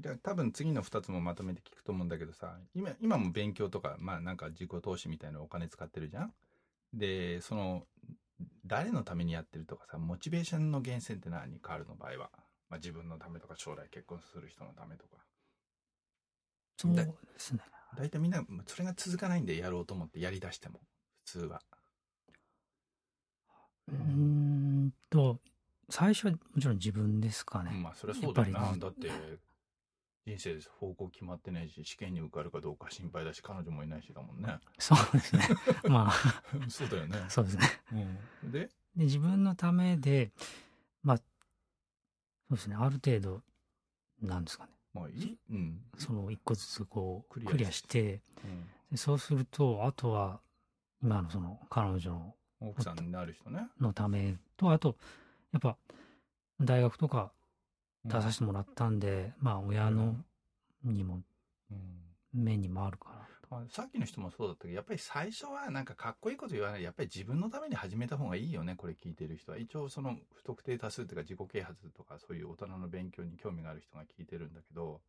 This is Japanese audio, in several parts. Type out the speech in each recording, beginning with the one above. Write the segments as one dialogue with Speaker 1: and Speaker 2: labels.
Speaker 1: じゃあ多分次の2つもまとめて聞くと思うんだけどさ今今も勉強とかまあなんか自己投資みたいなお金使ってるじゃんでその誰のためにやってるとかさモチベーションの源泉って何変わるの場合は、まあ、自分のためとか将来結婚する人のためとか
Speaker 2: そうですね。
Speaker 1: 大体みんなそれが続かないんでやろうと思ってやりだしても普通は
Speaker 2: うーんと、最初はもちろん自分ですかね。
Speaker 1: まあそりゃそうだよ
Speaker 2: やっ
Speaker 1: な
Speaker 2: ぱり
Speaker 1: だって人生です方向決まってないし試験に受かるかどうか心配だし彼女もいないしだもん ね
Speaker 2: そうですね。まあ、
Speaker 1: そうだよね、
Speaker 2: そうですね。
Speaker 1: うん、で
Speaker 2: で、自分のためで、まあ、そうですね、ある程度、なんですかね。
Speaker 1: まあいいうん、
Speaker 2: その一個ずつこ
Speaker 1: ク
Speaker 2: う、
Speaker 1: リア
Speaker 2: クリアして、
Speaker 1: うん
Speaker 2: でそうすると、あとは、今のその、彼女の
Speaker 1: 奥さんになる人ね。
Speaker 2: のためと、あと、やっぱ、大学とか出させてもらったんで、まあ、親のにも、
Speaker 1: うん
Speaker 2: 目にもあるからと。
Speaker 1: まあ、さっきの人もそうだったけどやっぱり最初はなんかかっこいいこと言わないやっぱり自分のために始めた方がいいよねこれ聞いてる人は一応その不特定多数というか自己啓発とかそういう大人の勉強に興味がある人が聞いてるんだけど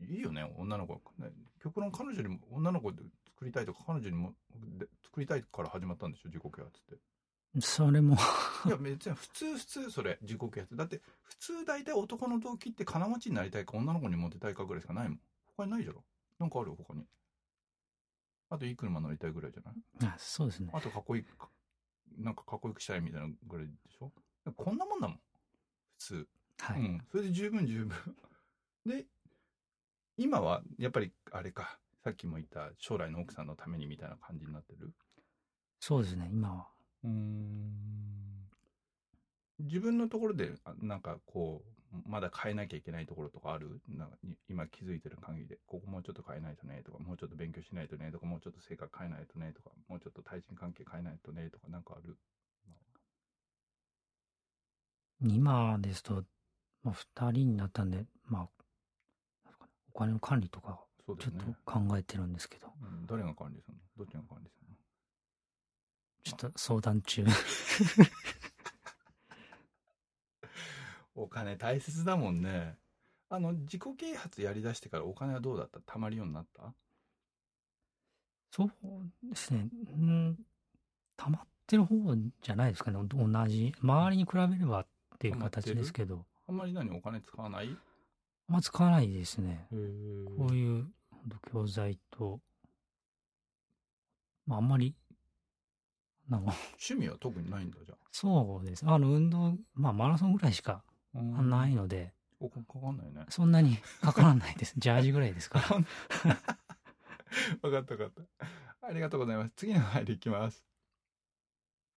Speaker 1: いいいよね女の子ね極論彼女にも女の子で作りたいとか彼女にもで作りたいから始まったんでしょ自己啓発って。
Speaker 2: それも、
Speaker 1: いや 別に普通普通それ自己啓発だって普通大体男の動機って金持ちになりたいか女の子にモテたいかぐらいしかないもん他にないじゃろなんかある他にあといい車乗りたいぐらいじゃない
Speaker 2: あそうですね。
Speaker 1: あとかっこいいかなんかかっこよくしたいみたいなぐらいでしょこんなもんだもん普通、
Speaker 2: はい。
Speaker 1: うんそれで十分十分 で今はやっぱりあれかさっきも言った将来の奥さんのためにみたいな感じになってる
Speaker 2: そうですね、今は。
Speaker 1: うーん自分のところであなんかこうまだ変えなきゃいけないところとかあるなんかい今気づいてる限りでここもうちょっと変えないとねとかもうちょっと勉強しないとねとかもうちょっと性格変えないとねとかもうちょっと対人関係変えないとねとかなんかある
Speaker 2: 今ですと、まあ、2人になったんで、まあ、なんかねお金の管理とか、
Speaker 1: そうだ
Speaker 2: ちょ
Speaker 1: よ
Speaker 2: っ
Speaker 1: ね
Speaker 2: と、考えてるんですけど、
Speaker 1: うん、誰が管理するのどっちが管理するの
Speaker 2: ちょっと相談中。
Speaker 1: お金大切だもんねあの自己啓発やりだしてからお金はどうだったたまるようになった
Speaker 2: そうですね、うん、溜まってる方じゃないですかね、同じ。周りに比べればっていう形ですけど、
Speaker 1: あんまり何お金使わない
Speaker 2: あんま使わないですね。こ
Speaker 1: こ
Speaker 2: ういう教材と、まあ、あんまり、なんか
Speaker 1: 趣味は特にないんだじゃ
Speaker 2: そうです。あの、運動、まあ、マラソンぐらいしか
Speaker 1: あ
Speaker 2: ないので、
Speaker 1: お金かかんないね。
Speaker 2: そんなにかからないです。ジャージぐらいで すから。
Speaker 1: わかったわかった。ありがとうございます。次の入りいきます。